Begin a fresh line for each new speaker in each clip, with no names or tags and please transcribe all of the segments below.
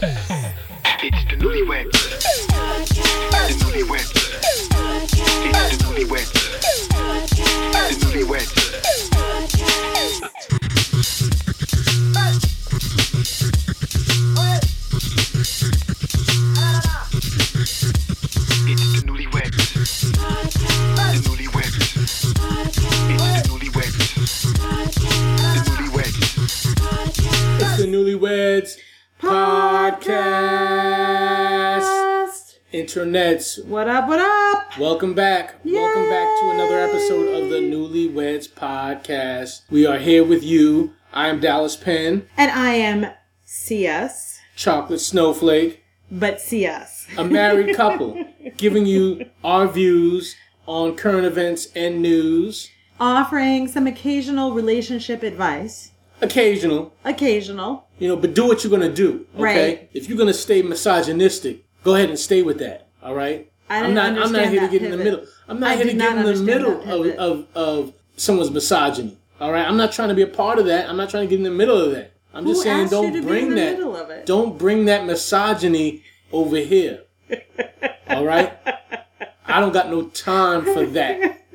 It's the newlyweds. The newlyweds. It's the newlyweds. The newlyweds. It's the newlyweds. The newlyweds. It's the newlyweds. The newlyweds.
It's the Newlyweds Podcast. Internets,
What up, what up?
welcome back. Welcome back to another episode of the Newlyweds Podcast. We are here with you. I am Dallas Penn,
And I am CS,
Chocolate Snowflake,
but CS.
a married couple, giving you our views on current events and news.
Offering some occasional relationship advice.
Occasional,
Occasional.
You know, but do what you're gonna do. Okay.
Right.
If you're gonna stay misogynistic, go ahead and stay with that. All right.
I
am
didn't
not. I'm not
understand
here to
that
get in the
pivot.
middle. I'm not
I
here to
did
get
not
in the
understand
middle
that
of,
pivot.
of of someone's misogyny. All right. I'm not trying to be a part of that. I'm not trying to get in the middle of that. I'm just
Who
saying,
asked you
don't
to be in
bring
the
that.
middle of it?
Don't bring that misogyny over here. all right. I don't got no time for that.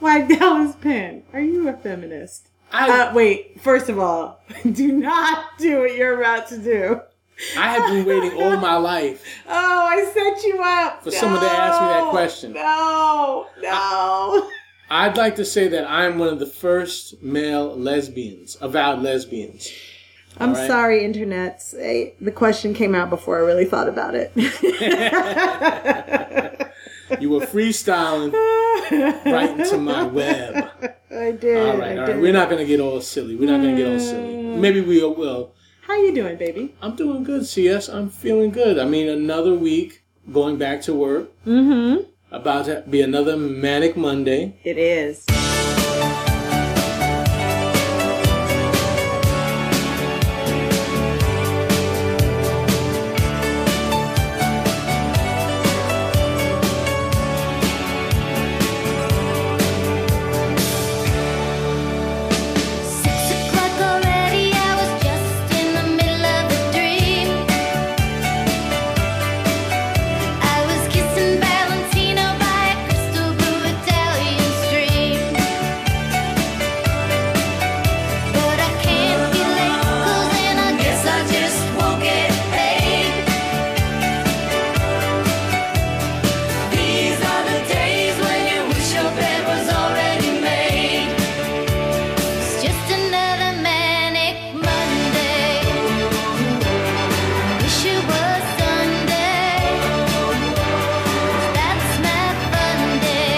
Why, Dallas Penn, are you a feminist?
I
Uh, wait, first of all, do not do what you're about to do.
I have been waiting all my life
Oh, I set you up.
For someone to ask me that
No,
question.
No, no.
I'd like to say that I am one of the first male lesbians, avowed lesbians.
I'm
right.
sorry, internets. Eh, The question came out before I really thought about it.
You were freestyling right into my web.
I did.
All right, all right. We're not gonna get all silly. We're not gonna get all silly. Maybe we will.
How you doing, baby?
I'm doing good, CS. I'm feeling good. I mean, another week going back to work. Mm-hmm. About to be another manic Monday.
It is.
Six o'clock already, I was just in the middle of a dream. I was kissing Valentino by a crystal blue Italian stream. But I can't be late, cause then I guess I just won't get paid. These are the days when you wish your bed was already made. It's just another manic Monday. Wish it was Sunday. That's my fun day.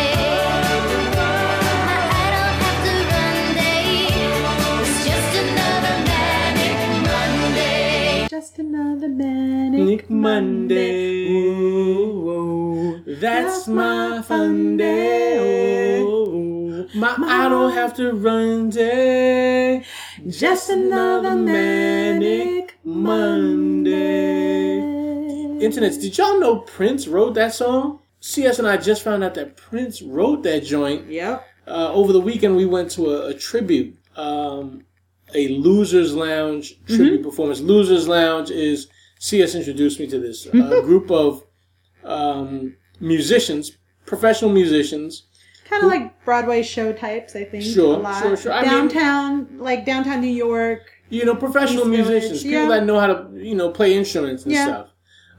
My I don't have to run day. It's just another manic Monday.
Just another manic
Manic
Monday.
Monday. That's my fun day. My I don't have to run day.
Just another manic
Monday.
Monday.
Internets, did y'all know Prince wrote that song? CS and I just found out that Prince wrote that joint.
Yep.
Uh, over the weekend, we went to a, a tribute, um, a Losers Lounge tribute
Mm-hmm.
performance. Losers Lounge is, CS introduced me to this, a
Mm-hmm.
group of um, musicians, professional musicians.
Kind of like Broadway show types, I think.
Sure,
a lot.
sure, sure. I mean-
downtown, like downtown New York.
you know, professional
East Village,
musicians, people
yeah.
that know how to, you know, play instruments and
Yeah.
stuff.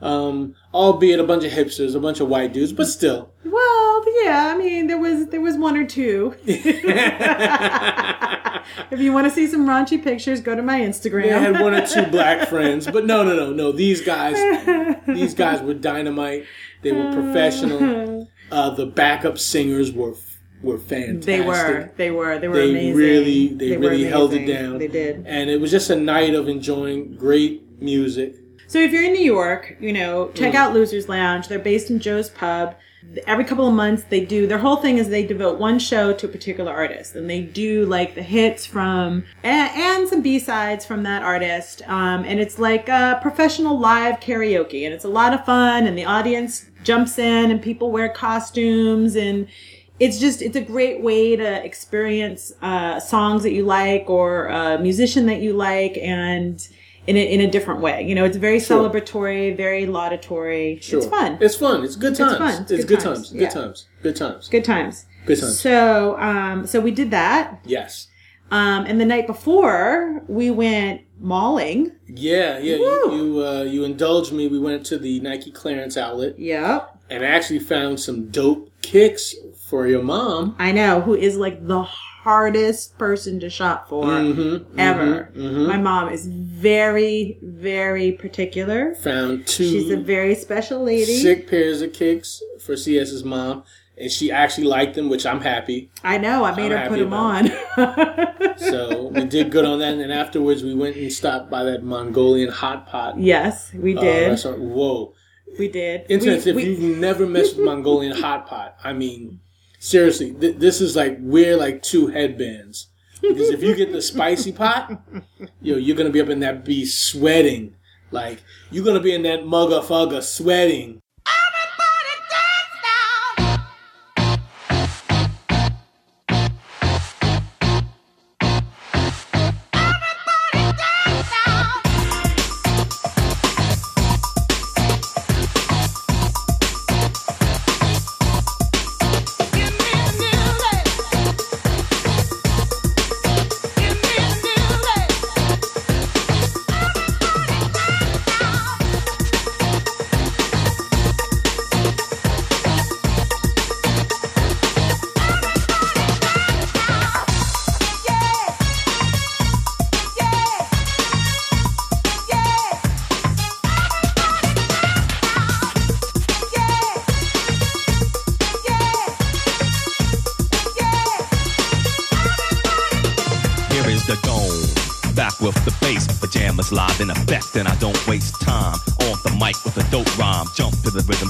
Um, albeit a bunch of hipsters, a bunch of white dudes, but still.
Well, yeah. I mean, there was there was one or two. if you want to see some raunchy pictures, go to my Instagram.
I had one or two black friends, but no, no, no, no. These guys, these guys were dynamite. They were professional. Uh, the backup singers were were fantastic.
They were. They were. They were
They
amazing.
really, they,
were
really held it
amazing.
down.
They did.
and it was just a night of enjoying great music.
So if you're in New York, you know, check out Losers Lounge. They're based in Joe's Pub. Every couple of months, they do their whole thing is they devote one show to a particular artist, and they do like the hits from and, and some B sides from that artist. Um, and it's like a professional live karaoke, and it's a lot of fun. And the audience jumps in, and people wear costumes, and it's just it's a great way to experience uh, songs that you like or a musician that you like and in a, in a different way you know it's very
Sure.
celebratory very laudatory it's fun
It's fun. It's good times.
fun.
It's, good times. Good
Yeah.
times. Good times.
good times
Good times.
so um so we did that
Yes.
um and the night before we went mauling
Yeah, yeah. You
Woo.
you, uh, you indulged me. We went to the Nike clearance outlet
yep
and I actually found some dope kicks for your mom.
i know who is like the hardest person to shop for
Mm-hmm.
ever
mhm.
my mom is very very particular
Found two
She's a very special lady.
Mm-hmm. sick pairs of kicks for CS's mom, and she actually liked them, which I'm happy.
I know. I made
I'm
her put
happy
them on.
So we did good on that. And afterwards, we went and stopped by that Mongolian hot pot.
yes, we
uh,
did.
restaurant. Whoa.
we did.
Internet,
We-
if
we-
you've never messed with Mongolian hot pot, I mean, seriously, th- this is like we're like two headbands because if you get the spicy pot, yo, you're gonna be up in that be sweating. Like you're gonna be in that mugga sweating.
Here is the goal. Back with the bass, pajamas live in effect, and I don't waste time on the mic with a dope rhyme. Jump to the rhythm,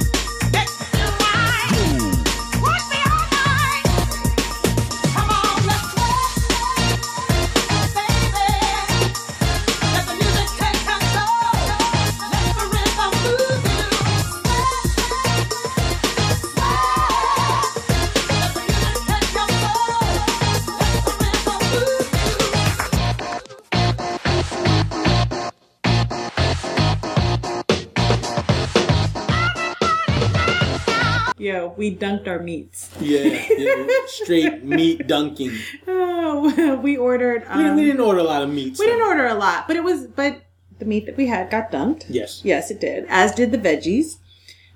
yo, we dunked our meats.
Yeah, yeah, straight meat dunking.
Oh, we ordered.
We,
Um,
we didn't order a lot of meats.
we didn't
though.
order a lot, but it was but the meat that we had got dunked.
Yes.
Yes, it did. As did the veggies.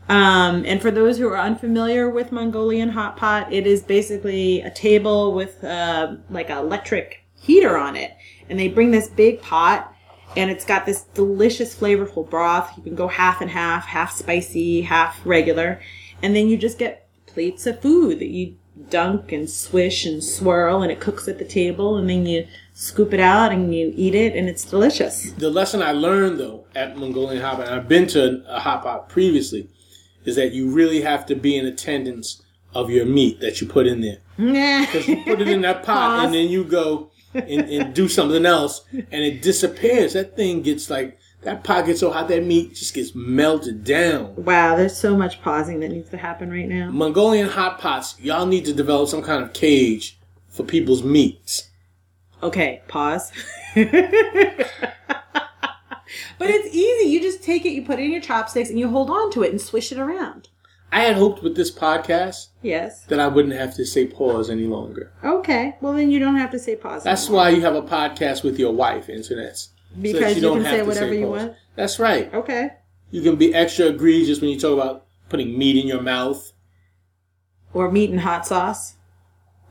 Um, and for those who are unfamiliar with Mongolian hot pot, it is basically a table with uh, like an electric heater on it, and they bring this big pot, and it's got this delicious, flavorful broth. You can go half and half, half spicy, half regular, and then you just get plates of food that you dunk and swish and swirl, and it cooks at the table, and then you scoop it out and you eat it, and it's delicious.
The lesson I learned though at Mongolian Hop, and I've been to a hop hop previously, is that you really have to be in attendance of your meat that you put in there. You put it in that pot,
Pause.
and then you go and, and do something else, and it disappears. That thing gets like that pot gets so hot that meat just gets melted down.
Wow, there's so much pausing that needs to happen right now.
Mongolian hot pots, y'all need to develop some kind of cage for people's meats.
Okay, pause. but it's easy. You just take it, you put it in your chopsticks, and you hold on to it and swish it around.
I had hoped with this podcast
Yes.
that I wouldn't have to say pause any longer.
Okay. Well, then you don't have to say pause.
That's
anymore.
why you have a podcast with your wife, internets. So that
Because you
don't
can
have
say
to
whatever you
pause.
want.
That's right.
Okay.
You can be extra egregious when you talk about putting meat in your mouth.
Or meat and hot sauce.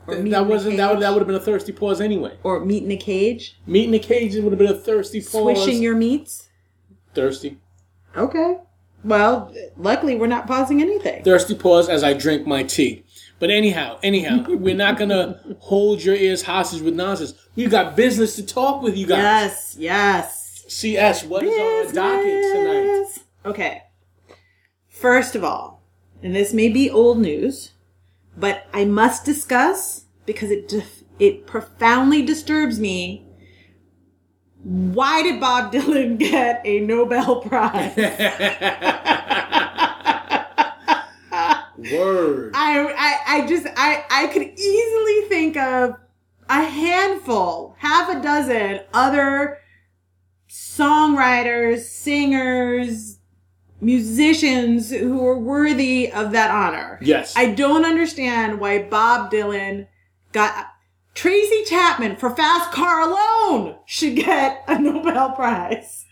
Or meat in a
That wasn't that.
cage.
Would, that would have been a thirsty pause anyway.
Or meat in a cage.
Meat in a cage would have been a thirsty pause.
Swishing your meats.
thirsty,
Okay. Well, luckily we're not pausing anything.
thirsty pause as I drink my tea. But anyhow, anyhow, we're not gonna hold your ears hostage with nonsense. We've got business to talk with you guys.
Yes, yes.
CS, what is on the docket tonight?
Business. Okay. First of all, and this may be old news, but I must discuss because it def- it profoundly disturbs me. Why did Bob Dylan get a Nobel Prize?
Word.
I, I, I just, I, I could easily think of a handful, half a dozen other songwriters, singers, musicians who were worthy of that honor.
Yes.
I don't understand why Bob Dylan got Tracy Chapman for Fast Car alone should get a Nobel Prize.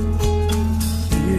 You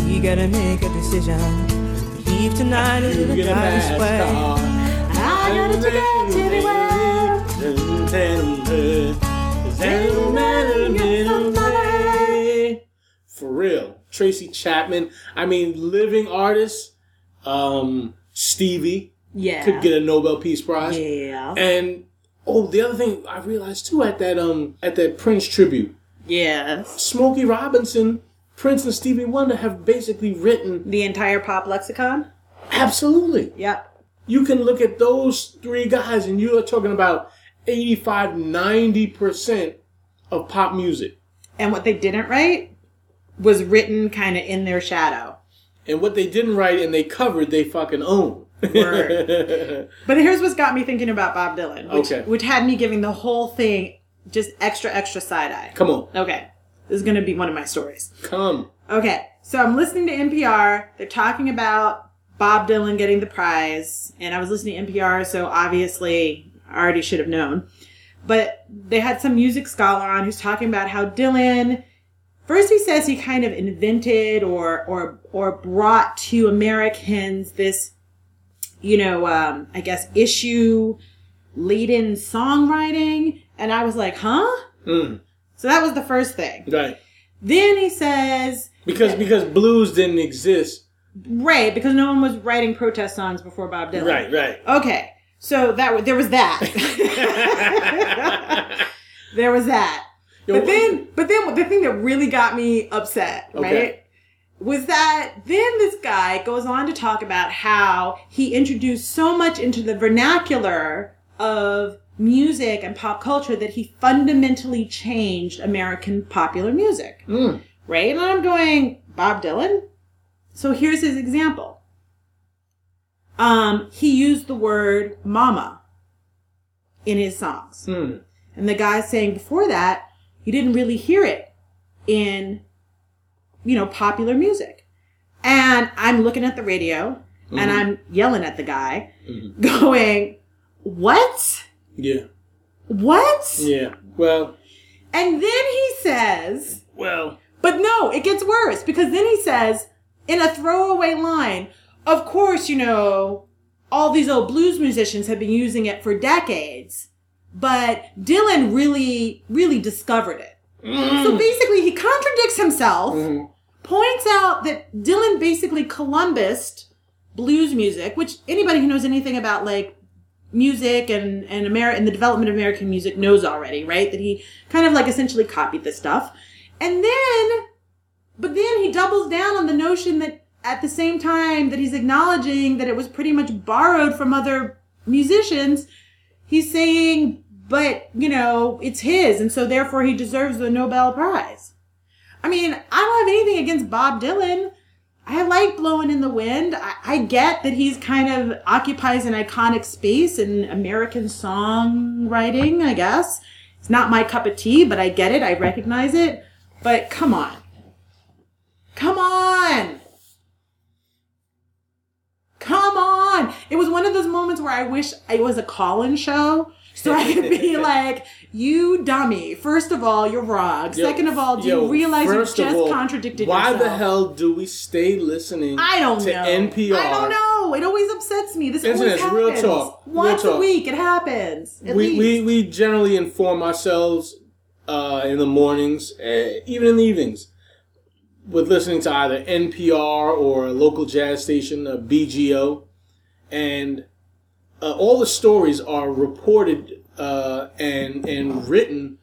We gotta make a decision. Leave tonight and live
You
a
get a
nice
fast
way.
car.
I got a ticket to anywhere.
For real, Tracy Chapman. I mean, living artists. Um, Stevie
Yeah.
could get a Nobel Peace Prize.
yeah.
And oh, the other thing I realized too at that um at that Prince tribute,
Yes.
Smokey Robinson, Prince, and Stevie Wonder have basically written
The entire pop lexicon?
absolutely.
Yep.
You can look at those three guys, and you are talking about 85, 90 percent of pop music.
And what they didn't write was written kind of in their shadow.
And what they didn't write and they covered, they fucking own.
Word. But here's what's got me thinking about Bob Dylan, which,
Okay.
which had me giving the whole thing just extra, extra side eye.
Come on,
Okay. This is going to be one of my stories.
come.
Okay. So I'm listening to NPR. They're talking about Bob Dylan getting the prize. And I was listening to NPR, so obviously I already should have known. But they had some music scholar on who's talking about how Dylan first he says he kind of invented or or or brought to Americans this you know, um, I guess issue laden songwriting. And I was like, huh? So that was the first thing.
Right.
Then he says,
Because because blues didn't exist.
right, because no one was writing protest songs before Bob Dylan.
Right, right.
Okay. So that there was that. there was that.
Yo,
But then, but then the thing that really got me upset, right?
Okay.
Was that then this guy goes on to talk about how he introduced so much into the vernacular of music and pop culture that he fundamentally changed American popular music.
Hmm.
Right? And I'm going, Bob Dylan? So here's his example. Um, he used the word mama in his songs.
Hmm.
And the guy saying before that, you didn't really hear it in, you know, popular music. And I'm looking at the radio and I'm yelling at the guy, going, What?
Yeah.
What?
Yeah. Well,
And then he says,
well,
But no, it gets worse because then he says, in a throwaway line, Of course, you know, all these old blues musicians have been using it for decades, but Dylan really, really discovered it. So basically, he contradicts himself, points out that Dylan basically Columbused blues music, which anybody who knows anything about like music and and Ameri- and the development of American music knows already, right? That he kind of like essentially copied the stuff, and then, but then he doubles down on the notion that at the same time that he's acknowledging that it was pretty much borrowed from other musicians, he's saying, but you know, it's his, and so therefore he deserves the Nobel Prize. I mean, I don't have anything against Bob Dylan. I like blowing in the wind. I, I get that he's kind of occupies an iconic space in American songwriting, I guess. It's not my cup of tea, but I get it. I recognize it. But come on. Come on. Come on. It was one of those moments where I wish it was a call in show. So I could be like, you dummy. First of all, you're wrong.
yo-
Second of all, do
yo,
you realize you
first
just
of all,
contradicted
Why
yourself?
the hell do we stay listening
I don't
to
know.
NPR?
I don't know. It always upsets me. This
Listen,
always
it's
happens.
real talk. Real
Once
talk.
a week, it happens. At
we, we,
least.
we generally inform ourselves uh, in the mornings, eh, even in the evenings, with listening to either NPR or a local jazz station, uh, a BGO. And uh, all the stories are reported uh, and, and written,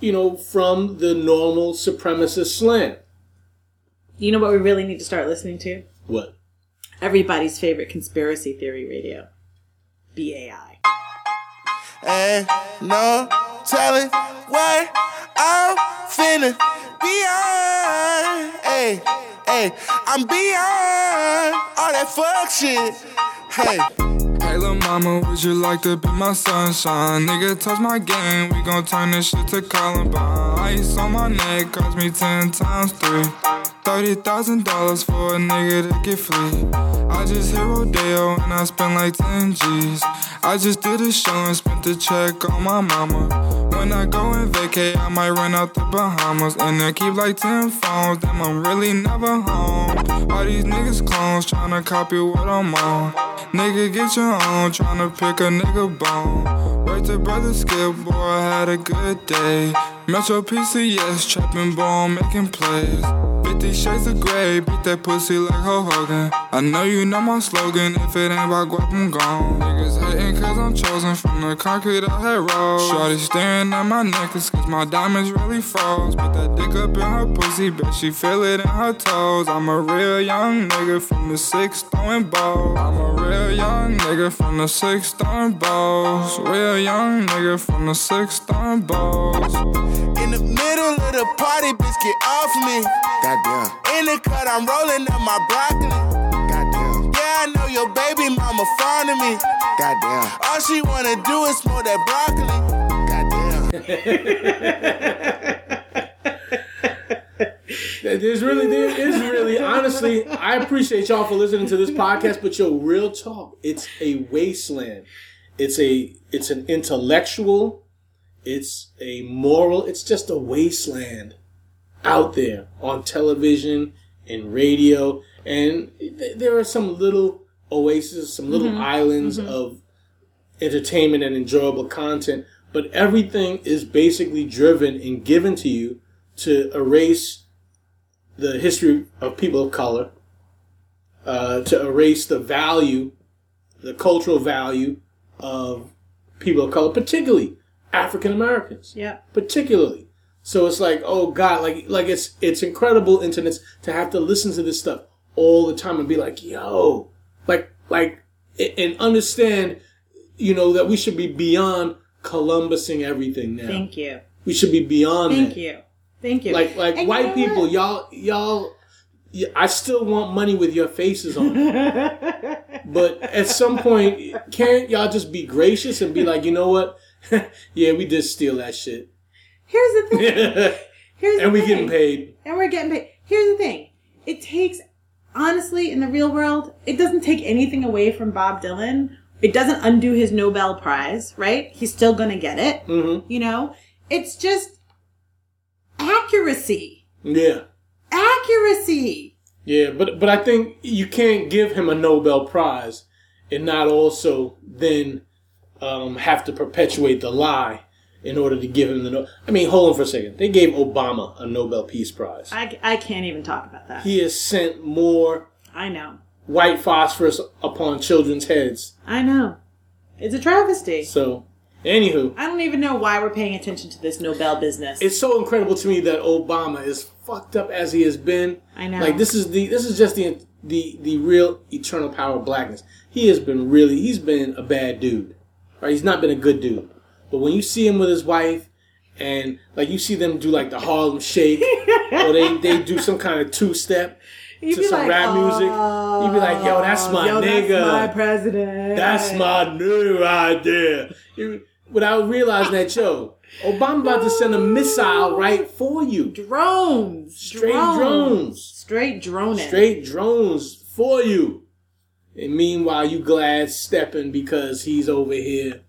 you know, from the normal supremacist slant.
you know what we really need to start listening to?
What?
Everybody's favorite conspiracy theory radio, BAI.
Ain't no telling what I'm finna be on. Hey, hey, I'm beyond all that fuck shit. Hey.
Hey, lil' mama, would you like to be my sunshine? Nigga, touch my game, we gon' turn this shit to Columbine. Ice on my neck, cost me ten times three. Thirty thousand dollars for a nigga to get free. I just hit Rodeo and I spent like ten G's. I just did a show and spent the check on my mama. When I go and vacay, I might run out the Bahamas. And I keep like 10 phones, then I'm really never home. All these niggas clones tryna copy what I'm on. Nigga, get your own, tryna pick a nigga bone. Work to brother Skip, boy, I had a good day. Metro PCS, trapping ball, making plays. 50 shades of gray, beat that pussy like Ho Hogan. I know you know my slogan, if it ain't about guap, I'm gone. Niggas hatin' cause I'm chosen from the concrete I had rolled. Shorty staring at my necklace cause my diamonds really froze. Put that dick up in her pussy, bet she feel it in her toes. I'm a real young nigga from the six throwing balls. I'm a real young nigga from the six throwing balls. Real young nigga from the six throwing balls.
In the middle of the party, bitch, get off me. Goddamn. In the cut, I'm rolling up my broccoli. Goddamn. Yeah, I know your baby mama fond of me. Goddamn. All she wanna do is smoke that broccoli. Goddamn.
There's really, there is really, honestly, I appreciate y'all for listening to this podcast, but yo, real talk, it's a wasteland. It's a, it's an intellectual, it's a moral, it's just a wasteland out there on television and radio. And th- there are some little oases, some little islands of entertainment and enjoyable content, but everything is basically driven and given to you to erase the history of people of color, uh, to erase the value, the cultural value of people of color, particularly African Americans.
Yep.
Particularly. So it's like, oh God, like like it's it's incredible internets to have to listen to this stuff all the time and be like, yo, like like a- and understand, you know, that we should be beyond Columbusing everything now.
Thank you.
we should be beyond that
Thank you. Thank you.
like like
And you
white
know
people
what?
y'all y'all y- i still want money with your faces on it. but at some point can't y'all just be gracious and be like you know what yeah we did steal that shit
Here's the thing.
and
Here's the
we
thing.
getting paid
And we're getting paid. Here's the thing. It takes honestly, in the real world, it doesn't take anything away from Bob Dylan. It doesn't undo his Nobel Prize, right? He's still going to get it.
Mm-hmm.
You know, it's just accuracy.
Yeah.
Accuracy.
Yeah, but but I think you can't give him a Nobel Prize and not also then um, have to perpetuate the lie in order to give him the. No- I mean, hold on for a second. They gave Obama a Nobel Peace Prize.
I, I can't even talk about that.
He has sent more
I know.
white phosphorus upon children's heads.
I know. It's a travesty.
So, anywho,
I don't even know why we're paying attention to this Nobel business.
it's so incredible to me that Obama is fucked up as he has been.
I know.
Like this is the this is just the the the real eternal power of blackness. He has been really he's been a bad dude. Right? He's not been a good dude. But when you see him with his wife and like you see them do like the Harlem Shake or they they do some kind of two step to
be
some
like, "Oh,
rap music, you'd be like, "Yo, that's my
Yo,
nigga."
that's my president.
That's my new idea. You- Without realizing that, yo, Obama about to send a missile right for you.
drones.
Straight
drones.
drones.
Straight drone.
Straight drones for you. And meanwhile, you glad stepping because he's over here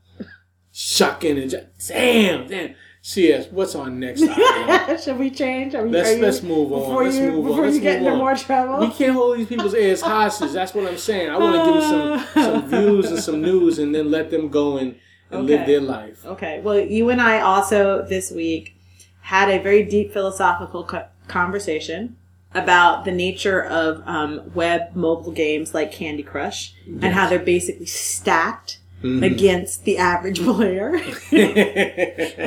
shucking and ju- damn, damn. CS, what's on next? item?
Should we change? Are we,
Let's-
are you,
let's move on.
Before
Let's
you,
move on.
before
Let's
you get
move
into
on.
more
we
trouble.
can't hold these people's ears hostage. That's what I'm saying. I want to give them some, some views and some news and then let them go and, and live
Okay.
their life.
Okay. Well, you and I also this week had a very deep philosophical co- conversation about the nature of um, web mobile games like Candy Crush and how they're basically stacked
Mm-hmm.
against the average player, and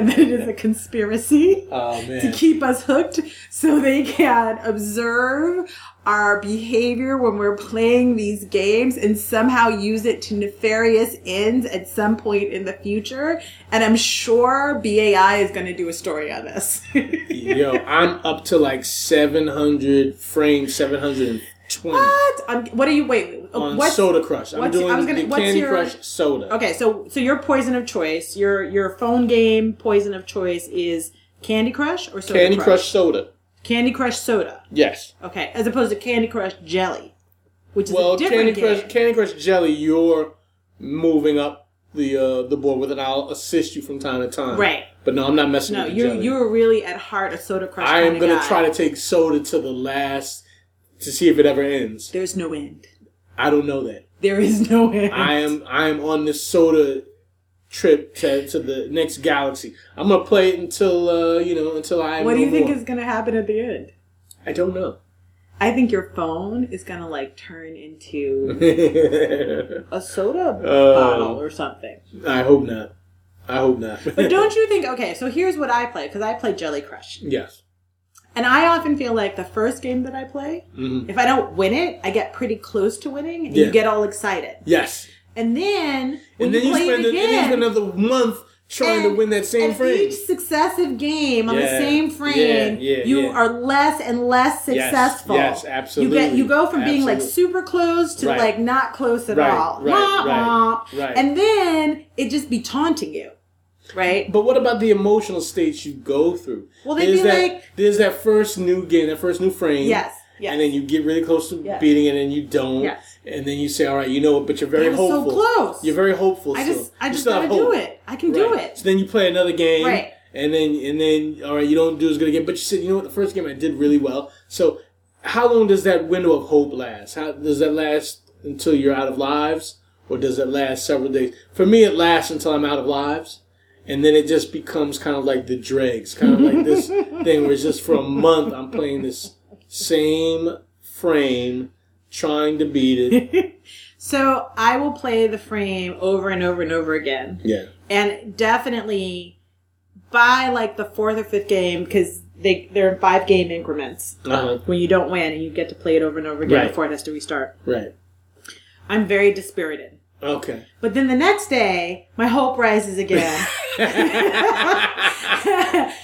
that it is a conspiracy.
Oh, man.
to keep us hooked so they can observe our behavior when we're playing these games and somehow use it to nefarious ends at some point in the future. And I'm sure BAI is going to do a story on this.
Yo, I'm up to like 700 frames, 720
what? I'm, what are you wait? uh,
on
what's-
Soda Crush. I'm
what's-
doing
I was gonna-
the
what's
Candy
your-
Crush Soda.
Okay, so so your poison of choice, your your phone game poison of choice is Candy Crush or Soda
Candy
Crush?
Crush. Soda.
Candy Crush soda.
Yes.
Okay, as opposed to Candy Crush jelly, which is
Well,
a different
Candy
game.
Crush, Candy Crush Jelly, you're moving up the uh, the board with it. I'll assist you from time to time.
Right.
But no, I'm not messing
No,
with the
you're
jelly.
you're really at heart a soda crush.
I am
going
gonna try to take soda to the last to see if it ever ends.
There's no end.
I don't know that.
There is no end.
I am I am on this soda trip to, to the next galaxy. I'm gonna play it until uh, you know until I. am
What do
no
you think
more.
is going to happen at the end?
I don't know.
I think your phone is going to like turn into a soda
Um,
bottle or something.
I hope not. I hope not.
But don't you think? Okay, so here's what I play because I play Jelly Crush,
yes.
and I often feel like the first game that I play, if I don't win it, I get pretty close to winning, and
Mm-hmm. Yeah.
you get all excited,
Yes.
and then when
and then you
play
spend, a- and
it
then you
again,
spend another month trying to
And
win that same
at
frame.
Each successive game on the
Yeah,
same frame,
yeah, yeah,
you
yeah.
are less and
Yes,
less successful.
yes, absolutely,
You get you go from being like
absolutely.
super close to
Right.
like not close at
Right,
all.
right,
Wah,
right,
wah.
right.
And then it just be taunting you, right?
But what about the emotional states you go through?
Well, they'd be
that,
like-
there's that first new game, that first new frame.
Yes, yes.
And then you get really close to
Yes.
beating it, and you don't.
Yes.
And then you say, "All right, you know what?" But you're very
That was so
hopeful.
close.
You're very hopeful.
I
still.
just I
You
just
still have
gotta do
hope.
it. I can do
Right.
it.
So then you play another game,
Right.
And then and then all right, you don't do as good again. But you said, you know what, the first game I did really well. So how long does that window of hope last? How does that last until you're out of lives, or does it last several days? For me, it lasts until I'm out of lives, and then it just becomes kind of like the dregs, kind of like this thing where it's just for a month I'm playing this same frame, trying to beat it.
so I will play the frame over and over and over again.
Yeah.
and definitely by like the fourth or fifth game because they they're in five game increments
Uh huh.
when you don't win and you get to play it over and over again
Right.
before it has to restart
Right.
i'm very dispirited
Okay.
but then the next day my hope rises again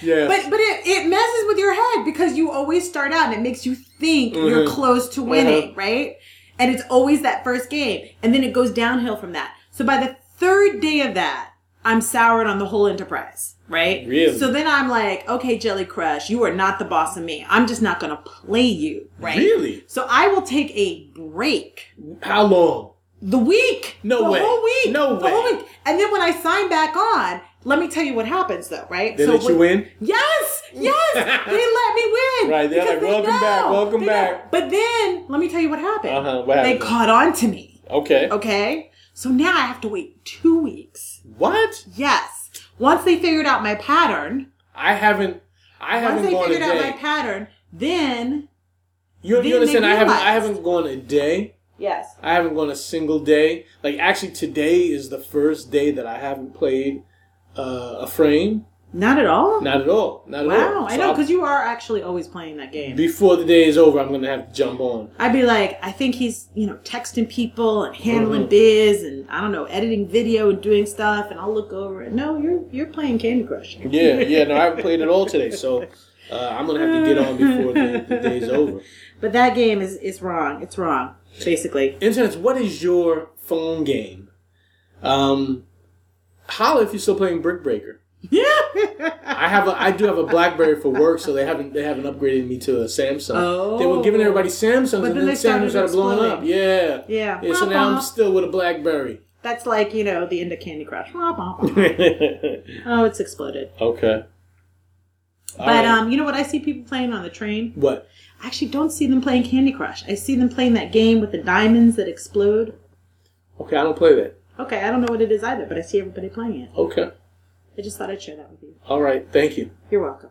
Yeah.
But but it, it messes with your head because you always start out and it makes you think
Mm-hmm.
you're close to winning, right? And it's always that first game. And then it goes downhill from that. So by the third day of that, I'm soured on the whole enterprise, right?
Really?
So then I'm like, okay, Jelly Crush, you are not the boss of me. I'm just not gonna play you, right?
Really?
So I will take a break.
How long?
The week.
No
the
way.
whole week.
No
the whole
way.
week. And then when I sign back on, let me tell you what happens though, right?
They let you
when-
in?
Yes, yes, they let me win.
Right, they're
because
like, "Welcome back, welcome
They
back."
know. But then let me tell you what happened.
Uh-huh, what happened?
They caught on to me.
Okay.
Oh. Okay, so now I have to wait two weeks.
What?
Yes, once they figured out my pattern,
I haven't. I
once
haven't
they
gone a
figured out my
day.
pattern, then
You,
then
you understand?
they
I haven't. I
realized.
haven't gone a day.
yes,
I haven't gone a single day. Like actually, today is the first day that I haven't played uh, a frame.
not at all.
Not at all. Not at all.
Wow, I
So
know
I'll-
because you are actually always playing that game.
Before the day is over, I'm gonna have to jump on.
I'd be like, I think he's, you know, texting people and handling
Mm-hmm.
biz and I don't know, editing video and doing stuff. And I'll look over and no, you're you're playing Candy Crush.
Yeah, yeah. No, I haven't played at all today, so uh, I'm gonna have to get on before the, the day's over.
But that game is is wrong. It's wrong, basically.
Internet, what is your phone game? Um, holla if you're still playing Brick Breaker.
Yeah.
I have a, I do have a BlackBerry for work, so they haven't they haven't upgraded me to a Samsung.
Oh.
They were giving everybody Samsungs,
then
and then
they started
Samsungs started blowing up.
exploding.
Yeah,
Yeah. Uh-huh.
yeah. So now I'm still with a BlackBerry.
That's like you know the end of Candy Crush. oh,
okay.
it's exploded. but um, you know what? I see people playing on the train.
what?
I actually don't see them playing Candy Crush. I see them playing that game with the diamonds that explode.
Okay, I don't play that.
Okay, I don't know what it is either, but I see everybody playing it.
Okay.
I just thought I'd share that with you.
All right. Thank you.
You're welcome.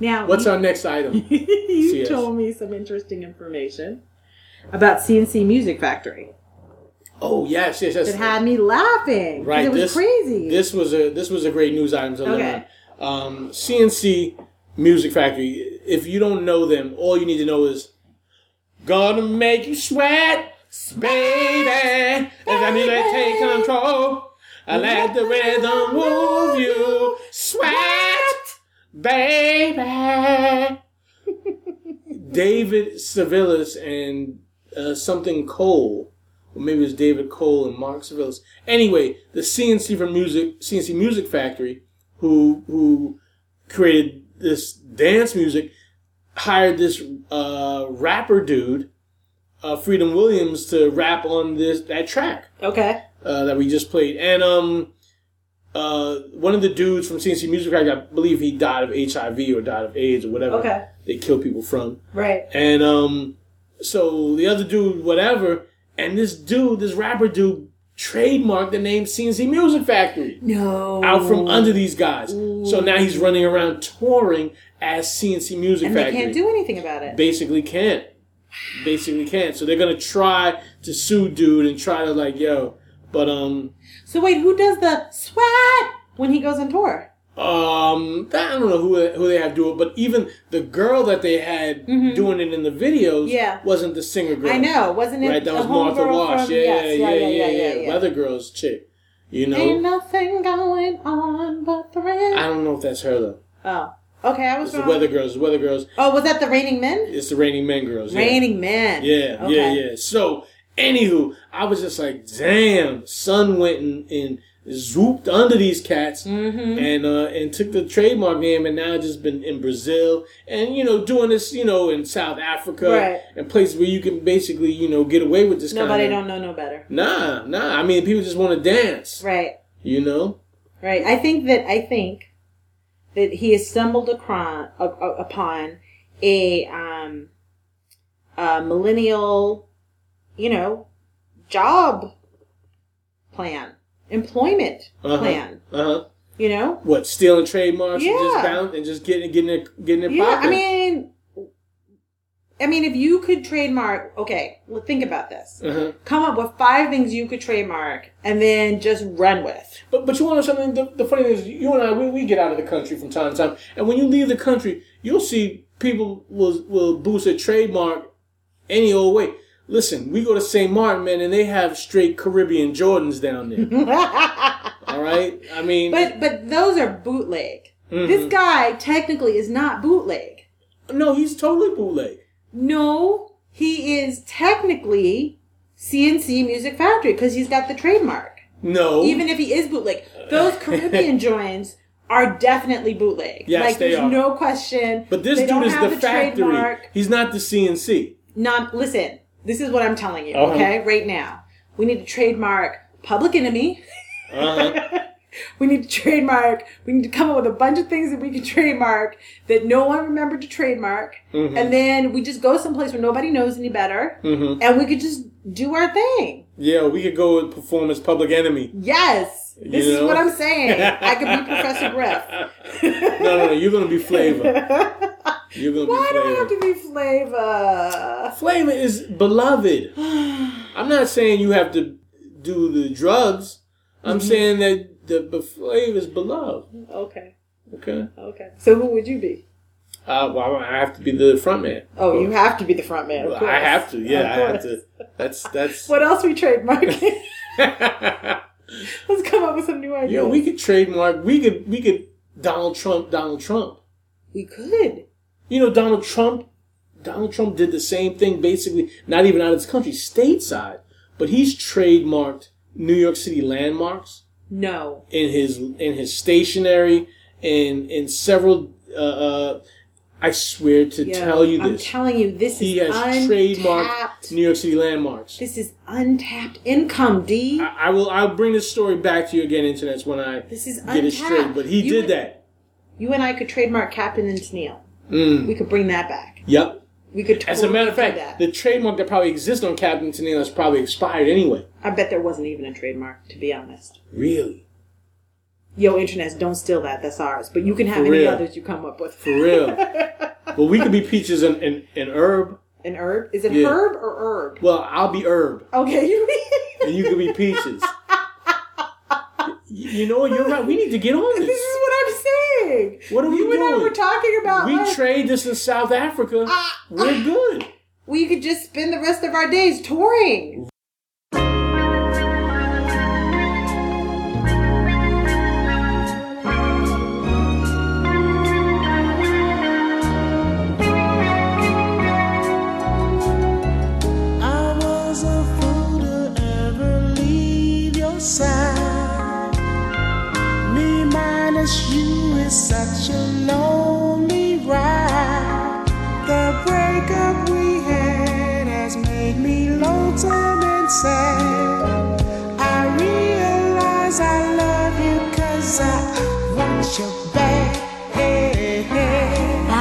Now,
What's
you,
our next item?
you
CS?
told me some interesting information about CNC Music Factory.
Oh yes, yes, yes.
It had me laughing. 'cause
Right.
It was
this,
crazy.
This was a this was a great news item to learn.
Okay.
Um, CNC Music Factory. If you don't know them, all you need to know is gonna make you sweat, baby. And I mean, like, take control. I let the rhythm move you, sweat, baby. David Civilis and uh, something Cole or maybe it was David Cole and Mark Civilis. Anyway, the CNC for music, CNC Music Factory, who who created this dance music, hired this uh, rapper dude, uh, Freedom Williams, to rap on this that track
okay.
uh, that we just played. And um, uh, one of the dudes from CNC Music Factory, I believe he died of HIV or died of AIDS or whatever
Okay.
they kill people from.
Right.
And um, so the other dude, whatever, and this dude, this rapper dude, trademarked the name CNC Music Factory
No.
out from under these guys. So now he's running around touring as CNC Music
And they
Factory.
can't do anything about it.
Basically can't. Basically can't. So they're gonna try to sue dude and try to like yo, but um,
So wait, who does the sweat when he goes on tour?
um, I don't know who who they have do it, but even the girl that they had doing it in the videos
Mm-hmm. Yeah.
wasn't the singer girl.
I know. Wasn't it
Right, that
a
was Martha
homegirl
Wash.
from-
yeah,
yes,
yeah, yeah, yeah,
yeah,
yeah, Weather Girl's chick. You
Ain't
know,
nothing going on but the rain.
I don't know if that's her though.
Oh, okay. I was
It's the
wrong.
Weather Girls. The Weather Girls.
Oh, was that the Raining Men?
It's the Raining Men Girls. Yeah.
Raining Men.
Yeah,
Okay.
yeah, yeah. So, anywho, I was just like, damn, Sun went and, and zooped under these cats
Mm-hmm.
and uh, and took the trademark name, and now just been in Brazil and you know doing this, you know, in South Africa
Right.
and places where you can basically you know get away with this.
Nobody
kind of,
don't know no better.
Nah, nah. I mean, people just want to dance.
Right.
You know.
Right. I think that I think that he has stumbled acron, a, a- upon a um a millennial, you know, job plan, employment
Uh-huh.
plan.
Uh huh.
You know.
What stealing trademarks and just
Yeah.
bounce and just getting getting it getting it
Yeah.
popping.
I mean. I mean, if you could trademark, okay, well, think about this.
Uh-huh.
Come up with five things you could trademark and then just run with.
But but you want to know something? The, the funny thing is, you and I we, we get out of the country from time to time, and when you leave the country, you'll see people will will boost a trademark any old way. Listen, we go to St. Martin, man, and they have straight Caribbean Jordans down there. All right, I mean,
But but those are bootleg.
Mm-hmm.
This guy technically is not bootleg.
no, he's totally bootleg.
No, he is technically CNC Music Factory because he's got the trademark.
No.
even if he is bootleg. Those Caribbean joints are definitely bootleg.
Yes,
like
they
there's
are.
no question.
but this
They don't
dude is
have
the, factory.
trademark.
He's not the CNC.
Non listen, this is what I'm telling you,
Uh-huh.
okay? Right now. We need to trademark Public Enemy.
Uh-huh.
we need to trademark we need to come up with a bunch of things that we can trademark that no one remembered to trademark.
Mm-hmm.
And then we just go someplace where nobody knows any better
Mm-hmm.
and we could just do our thing.
Yeah, we could go with performance Public Enemy.
Yes. This
You
is
know?
what I'm saying. I could be Professor Griff.
No, no, no. You're gonna be Flavor. You're gonna
Why
be
do
Flavor.
I have to be flavor?
Flavor is beloved. I'm not saying you have to do the drugs. I'm
Mm-hmm.
saying that the, the flavor is beloved.
Okay,
Okay.
okay. So who would you be?
Uh, well, I have to be the front man.
Oh, you have to be the front man. Of
Well,
course.
I have to. Yeah, I
Of
have
course.
to. That's that's.
What else we trademarking? Let's come up with some new ideas.
Yo, we could trademark. We could we could Donald Trump. Donald Trump.
we could.
You know Donald Trump. Donald Trump did the same thing basically, not even out of this country, stateside. But he's trademarked New York City landmarks.
No.
in his in his stationery in in several uh, uh I swear to
Yo,
tell you
I'm
this
telling you, this
he
is
has
untapped.
trademarked New York City landmarks
This is untapped income, D.
I, I will I'll bring this story back to you again internets when I
This is
get it straight
untapped.
but he
You
did
would-
that
you and I could trademark Captain and Tennille. We could bring that back.
yep
We could.
Mm. as a matter of
totally
fact
do that.
the trademark that probably exists on Captain Tennille has probably expired anyway
I bet there wasn't even a trademark, to be honest.
really
Yo, internets, don't steal that. That's ours. But you can have
For
any
real.
others you come up with.
for real but we could be peaches and and, and herb
An herb? Is it
Yeah.
herb or herb?
well I'll be herb
Okay, you
and you could be peaches. Y- You know what? You're right. We need to get on
This
this.
is what I'm saying.
What are we
you and I
doing?
were talking about.
We
us.
trade this in South Africa. We're good.
we could just spend the rest of our days touring.
I was a fool to ever leave your side. Me minus you is such a lonely ride. The breakup we had has made me lonesome and sad. I realize I love you cause I want you back.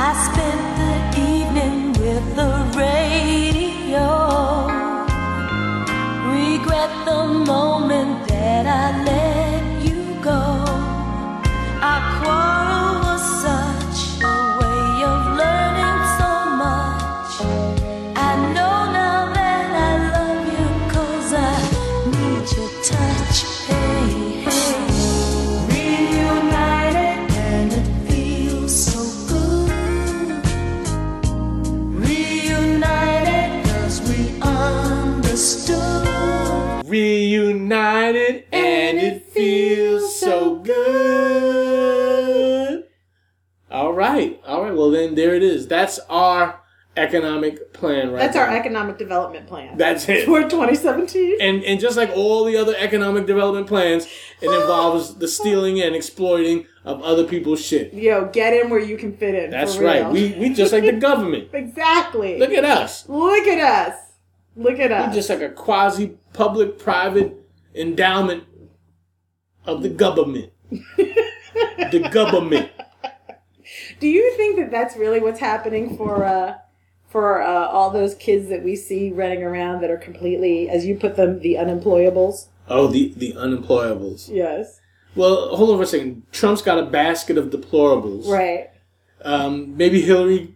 I spent the evening with the radio. Regret the moment that I let you go. Our quarrel was such a way of learning so much. I know now that I love you 'cause I need your touch. Hey, hey. Reunited and it feels so good.
Reunited cause we understood.
Reunited and it feels so good. All right. All right. Well, then there it is. That's our economic plan right
That's our
now.
economic development plan
That's it.
for 2017.
and and just like all the other economic development plans, it involves the stealing and exploiting of other people's shit.
Yo, get in where you can fit in.
That's
for real.
right. We we just like the government.
exactly.
Look at us.
Look at us. Look at
We're
us.
just like a quasi public private endowment of the government. the government.
Do you think that that's really what's happening for uh, for uh, all those kids that we see running around that are completely, as you put them, the unemployables?
Oh, the the unemployables.
Yes.
Well, hold on for a second. Trump's got a basket of deplorables.
Right.
Um, maybe Hillary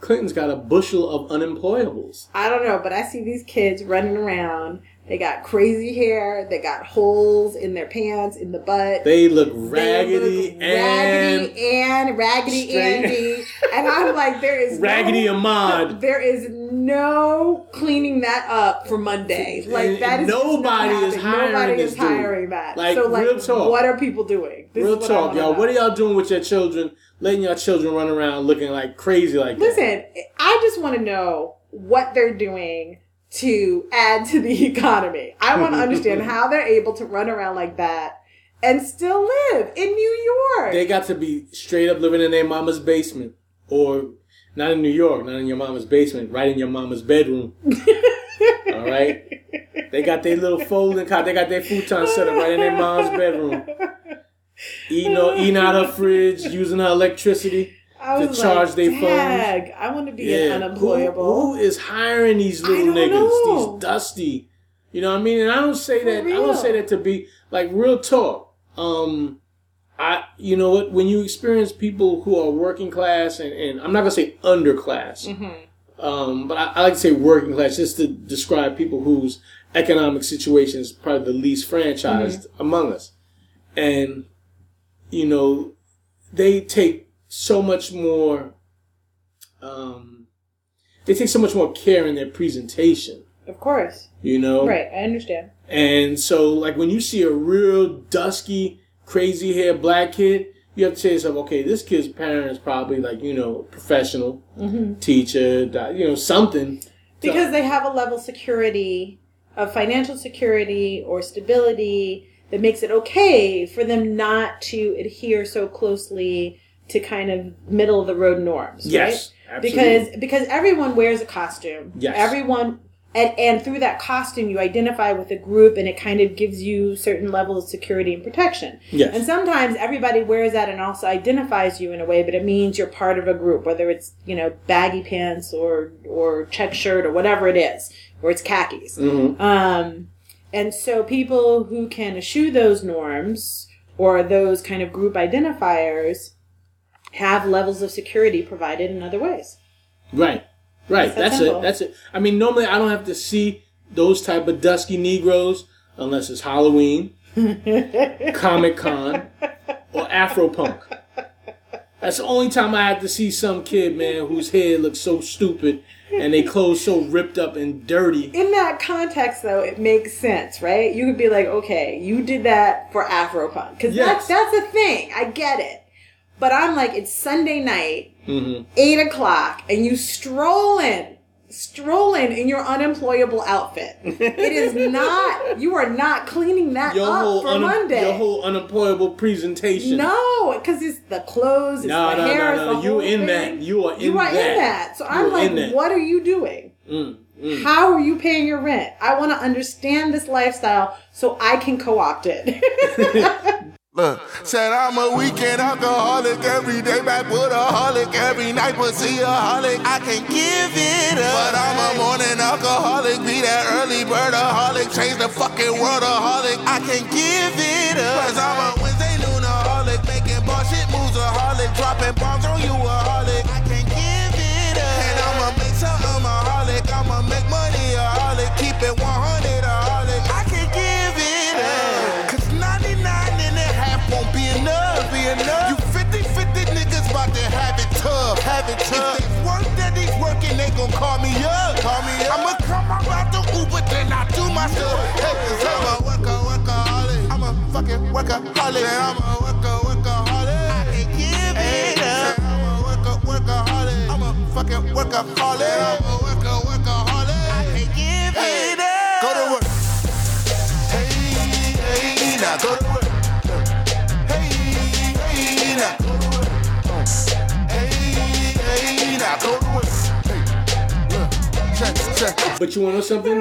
Clinton's got a bushel of unemployables.
I don't know, but I see these kids running around. They got crazy hair. They got holes in their pants, in the butt.
They look
They look
raggedy and
raggedy and, raggedy
Straight-
Andy, and I'm like, there is
Raggedy
no,
Ahmad.
There is no cleaning that up for Monday. Like that is just not
Nobody is
happening.
hiring
Nobody
this
is
dude.
hiring that.
Like,
so like,
real talk.
what are people doing? This is
Real
what I
talk,
wanna
y'all.
know.
What are y'all doing with your children? Letting your children run around looking like crazy like that?
Listen, I just want to know what they're doing to add to the economy. I want to understand how they're able to run around like that and still live in New York.
They got to be straight up living in their mama's basement, or not in New York, not in your mama's basement, right in your mama's bedroom. All right. They got their little folding cot. They got their futon set up right in their mom's bedroom. Eating, or, eating out her fridge, using her electricity.
I
to
was
charge they phones.
"Dag, I want to be an
Who,
unemployable.
who is hiring these little
don't
niggas?
know.
These dusty. You know what I mean? And I don't say that. I
real.
don't say that to be like real talk. Um, I you know what? When you experience people who are working class and, and I'm not gonna say underclass, um, but I, I like to say working class just to describe people whose economic situation is probably the least franchised among us, and you know they take so much more um they take so much more care in their presentation
Of course.
you know
Right, I understand.
and so like when you see a real dusky crazy hair black kid you have to say to yourself okay this kid's parents probably like you know professional teacher doc- you know something
Because they have a level security of financial security or stability that makes it okay for them not to adhere so closely to kind of middle of the road norms.
Yes,
right?
absolutely.
Because because everyone wears a costume.
Yes.
Everyone and, and through that costume you identify with a group and it kind of gives you certain level of security and protection.
Yes.
And sometimes everybody wears that and also identifies you in a way, but it means you're part of a group, whether it's, you know, baggy pants or or check shirt or whatever it is, or it's khakis. Um, and so people who can eschew those norms or those kind of group identifiers have levels of security provided in other ways.
right right
that
that's
simple.
it that's it i mean normally i don't have to see those type of dusky negroes unless it's halloween comic con or afropunk That's the only time I had to see some kid, man, whose head looked so stupid and they clothes so ripped up and dirty.
In that context, though, it makes sense, right? You could be like, okay, you did that for Afropunk. Because
Yes.
that's, that's a thing. I get it. But I'm like, it's Sunday night,
Mm-hmm.
8 o'clock, and you strolling, strolling in your unemployable outfit. it is not, you are not cleaning that
Your
up
whole
for
unem-
Monday.
your whole unemployable presentation.
No, because it's the clothes, it's
No,
the
no, no,
hair, it's
no.
the
You
whole
in
thing.
that. You are
You
in
are
that.
in that. So
You are
I'm
in
like,
that. Mm,
what are you doing? How are you paying your rent? I want to understand this lifestyle so I can co-opt it.
Look, said I'm a weekend alcoholic every day, back Buddhaholic every night, but see a holic. I can give it up. But I'm a morning alcoholic, be that early birdaholic, change the fucking world a holic. I can give it up. Cause I'm a Wednesday lunaholic, making bullshit moves a holic, dropping bombs on you a holic. I can give it up. And I'ma make something a holic, I'ma make money a holic, keep it 100 a holic. I can give it up. Cause 99 and a half won't be enough, be enough. You 50 50 niggas about to have it tough, have it tough. If they work that he's working, they gon' call me up, call me up. I'ma come up out the Uber, then I do my stuff. Hey, cause I'm a worker, workaholic. I'm a fucking workaholic. And I'm a worker, workaholic. I can give it up. I'm a worker, workaholic. I'm a fucking workaholic. I'm a worker, workaholic. I can give it up. Go to work. Hey, hey, now go to work. Hey, hey, now go to work. Hey, hey, now go to work. Hey, look, check, check.
But you want to know something?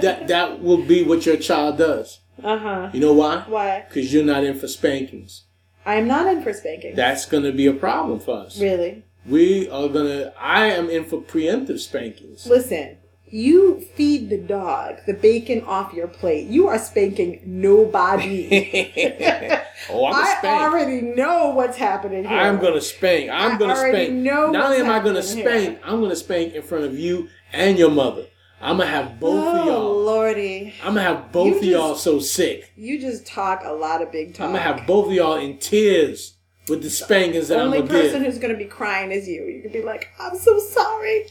that that will be what your child does.
uh-huh.
You know why?
Why?
Because you're not in for spankings.
I'm not in for spanking.
That's going to be a problem for us.
really.
We are going to, I am in for preemptive spankings.
Listen, you feed the dog the bacon off your plate. You are spanking nobody.
Oh, I'm going to
I
spank.
already know what's happening here.
I'm gonna spank. I'm
I
gonna
already
spank.
know
Not only am I gonna
what's happening
spank, I'm gonna spank in front of you and your mother. I'm gonna have both of
Oh,
y'all.
Lordy.
I'm gonna have both
You
of y'all
just-
so sick.
You just talk a lot of big talk.
I'm gonna have both of y'all in tears with the spankings that
The
I'm
only
gonna
person
give.
who's going to be crying is you. You could be like, I'm so sorry.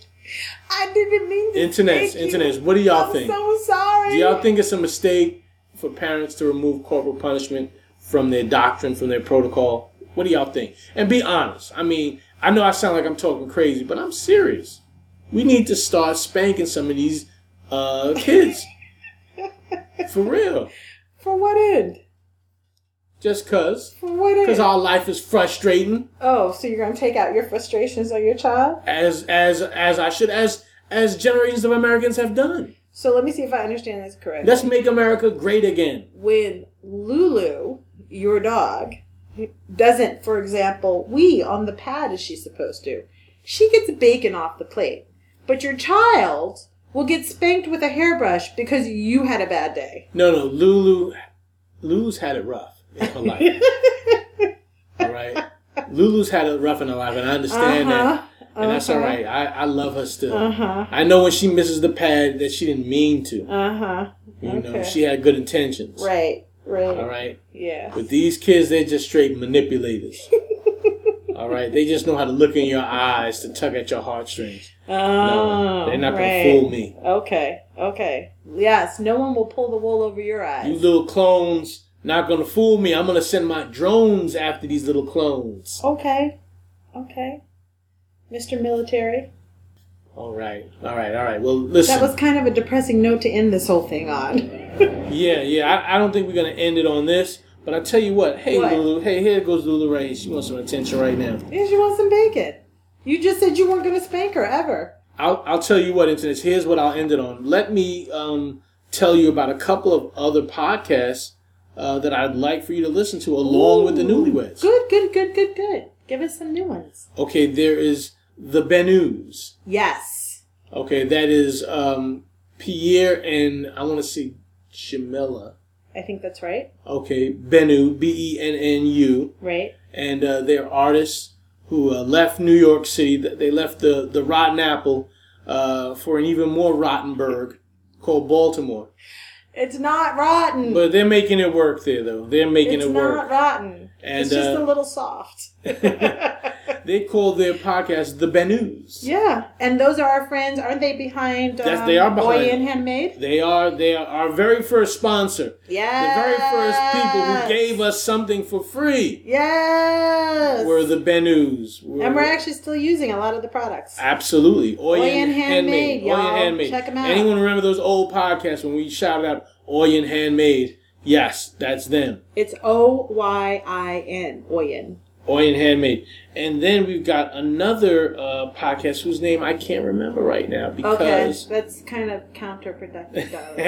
I didn't mean to.
Internets,
make you-
internets. What do y'all
I'm
think?
so sorry.
Do y'all think it's a mistake for parents to remove corporal punishment from their doctrine, from their protocol? What do y'all think? And be honest. I mean, I know I sound like I'm talking crazy, but I'm serious. We need to start spanking some of these uh, kids. For real.
For what end?
Just cause.
For what end?
Cause our life is frustrating.
oh, so you're going to take out your frustrations on your child?
As as as I should as as generations of Americans have done.
So let me see if I understand this correctly.
Let's make America great again.
when Lulu, your dog, doesn't, for example, wee on the pad as she's supposed to, she gets bacon off the plate. But your child will get spanked with a hairbrush because you had a bad day.
No, no, Lulu, Lulu's had it rough in her life. all right, Lulu's had it rough in her life, and I understand
Uh-huh,
that, and that's all right. I, I love her still. I know when she misses the pad that she didn't mean to.
Uh huh.
you know, she had good intentions.
Right. Right.
All right,
Yeah.
but these kids, they're just straight manipulators. all right, they just know how to look in your eyes to tug at your heartstrings.
Oh,
they're not gonna
right.
fool me.
Okay. Okay. Yes. No one will pull the wool over your
You
eyes.
little clones, not gonna fool me. I'm gonna send my drones after these little clones.
Okay. Okay. Mr. Military.
All right, all right, all right. Well, listen.
That was kind of a depressing note to end this whole thing on.
yeah, yeah. I, I don't think we're gonna end it on this, but I tell you what. Hey,
What?
Lulu. Hey, here goes Lulu Ray. She wants some attention right now.
Yeah, she wants some bacon. You just said you weren't going to spank her ever.
I'll I'll tell you what, internet. Here's what I'll end it on. Let me um tell you about a couple of other podcasts uh, that I'd like for you to listen to along with the Newlyweds.
Good, good, good, good, good. Give us some new ones.
Okay, there is the Benus.
Yes.
Okay, that is um Pierre and I want to see Jamila.
I think that's right.
Okay, Benu, B E N N U.
Right?
and uh, they're artists who uh, left New York City. Th- They left the, the rotten apple uh, for an even more rotten burg called Baltimore.
It's not rotten.
But they're making it work there, though. They're making
it's
it
not
work.
rotten.
And,
it's just
uh,
a little soft.
They call their podcast the Benus.
yeah. And those are our friends. Aren't they behind um,
Yes, they are behind.
Boy and Handmade?
They are they are our very first sponsor. The
Yeah.
very first people who gave us something for free
Yes.
were the Benus. Were-
and we're actually still using a lot of the products.
Absolutely. Oyen,
Oyen
Handmade.
Handmade, y'all.
Oyen Handmade.
Check 'em out.
Anyone remember those old podcasts when we shouted out Oyen Handmade? Yes, that's them.
It's O Y I N, Oyen.
Oyen Handmade. And then we've got another uh, podcast whose name I can't remember right now
Okay,
because.
that's kind of counterproductive, darling.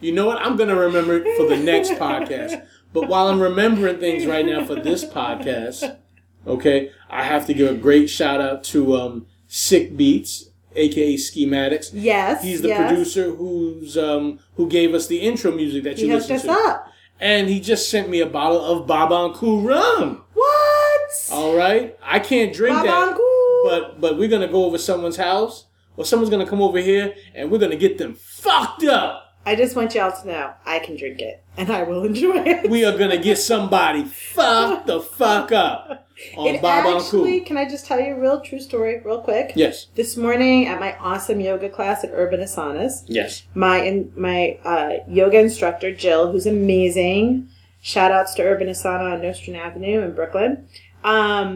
you know what? I'm going to remember it for the next podcast. But while I'm remembering things right now for this podcast, okay, I have to give a great shout out to um, Sick Beats, aka Schematics.
yes,
He's the
yes.
producer who's um, who gave us the intro music that
He
you
hooked
listen
us
to.
up.
And he just sent me a bottle of Babanku rum.
What?
All right, I can't drink that,
Babanku.
but but we're gonna go over someone's house or someone's gonna come over here and we're gonna get them fucked up.
I just want y'all to know I can drink it and I will enjoy it.
We are gonna get somebody fucked the fuck up on
it actually,
Babanku.
can I just tell you a real true story, real quick?
Yes,
This morning at my awesome yoga class at Urban Asanas,
yes.
my in, my uh, yoga instructor Jill, who's amazing. Shout outs to Urban Asana on Nostrand Avenue in Brooklyn. Um,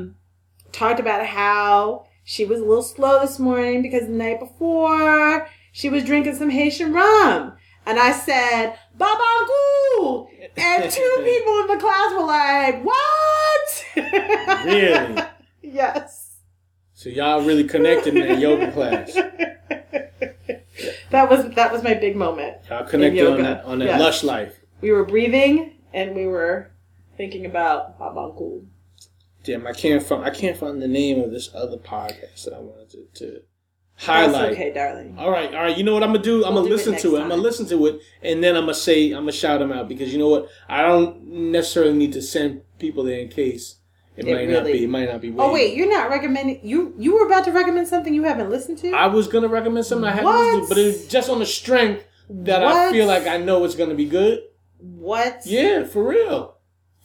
talked about how she was a little slow this morning because the night before she was drinking some Haitian rum, and I said "Babangou," and two people in the class were like, "What?"
Really?
yes.
So y'all really connected in that yoga class.
That was that was my big moment.
Y'all connected on
yoga,
that on that
yes.
lush life.
we were breathing and we were thinking about Babangu.
Damn, I can't find I can't find the name of this other podcast that I wanted to, to
That's
highlight.
okay, darling.
All right, all right. You know what I'm gonna do? I'm
We'll
gonna
do it
listen
next
to it. I'm
time.
gonna listen to it, and then I'm gonna say I'm gonna shout them out because you know what? I don't necessarily need to send people there in case it,
It
might not
really-
be. It might not be.
Oh
waiting.
wait, you're not recommending you you were about to recommend something you haven't listened to?
I was gonna recommend something I haven't
What?
listened to, but it's just on the strength that I
What?
feel like I know it's gonna be good.
what?
Yeah, for real,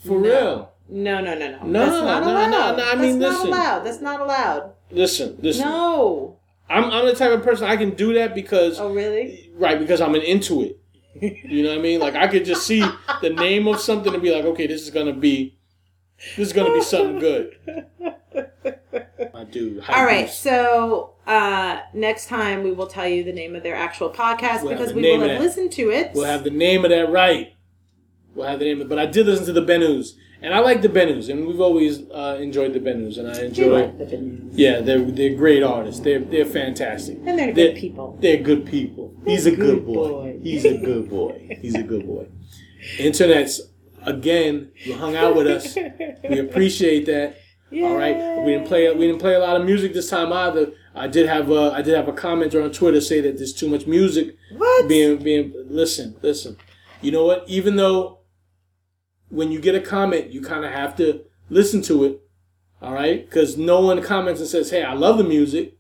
for real.
No, no, no, no.
No,
That's not
no, no,
allowed.
no, I mean,
That's
listen.
not allowed. That's not allowed.
Listen, listen.
No.
I'm I'm the type of person I can do that because
Oh really?
Right, because I'm an intuit. You know what I mean? Like I could just see the name of something and be like, okay, this is gonna be, this is gonna be something good. My do. High
All right,
boost.
so uh, next time we will tell you the name of their actual podcast
We'll have
because
the
we will
name of
have
it.
listened to it.
We'll have the name of that right. We'll have the name of But I did listen to the Benus. And I like the Benus. And we've always uh, enjoyed the Benus. And I enjoy. Yeah, they're, they're great artists. They're, they're fantastic.
And they're good people.
They're good people. He's a good,
Good
boy.
boy.
He's a good boy. He's a good boy. Internets, again, you hung out with us. We appreciate that. All right, we didn't play. We didn't play a lot of music this time either. I did have a, I did have a commenter on Twitter say that there's too much music
What?
being being. Listen, listen. You know what? Even though when you get a comment, you kind of have to listen to it. All right, because no one comments and says, "Hey, I love the music."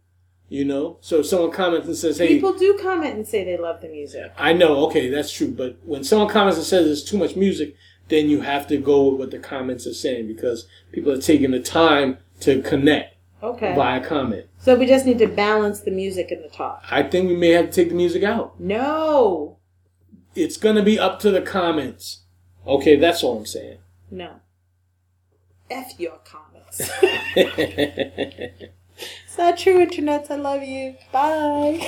You know, so if someone comments and says, "Hey,"
People do comment and say they love the music.
I know, okay, that's true. But when someone comments and says there's too much music, then you have to go with what the comments are saying because people are taking the time to connect
Okay.
via comment.
So we just need to balance the music and the talk.
I think we may have to take the music out.
No.
It's going to be up to the comments. Okay, that's all I'm saying.
No. F your comments. it's not true, internets. I love you. Bye.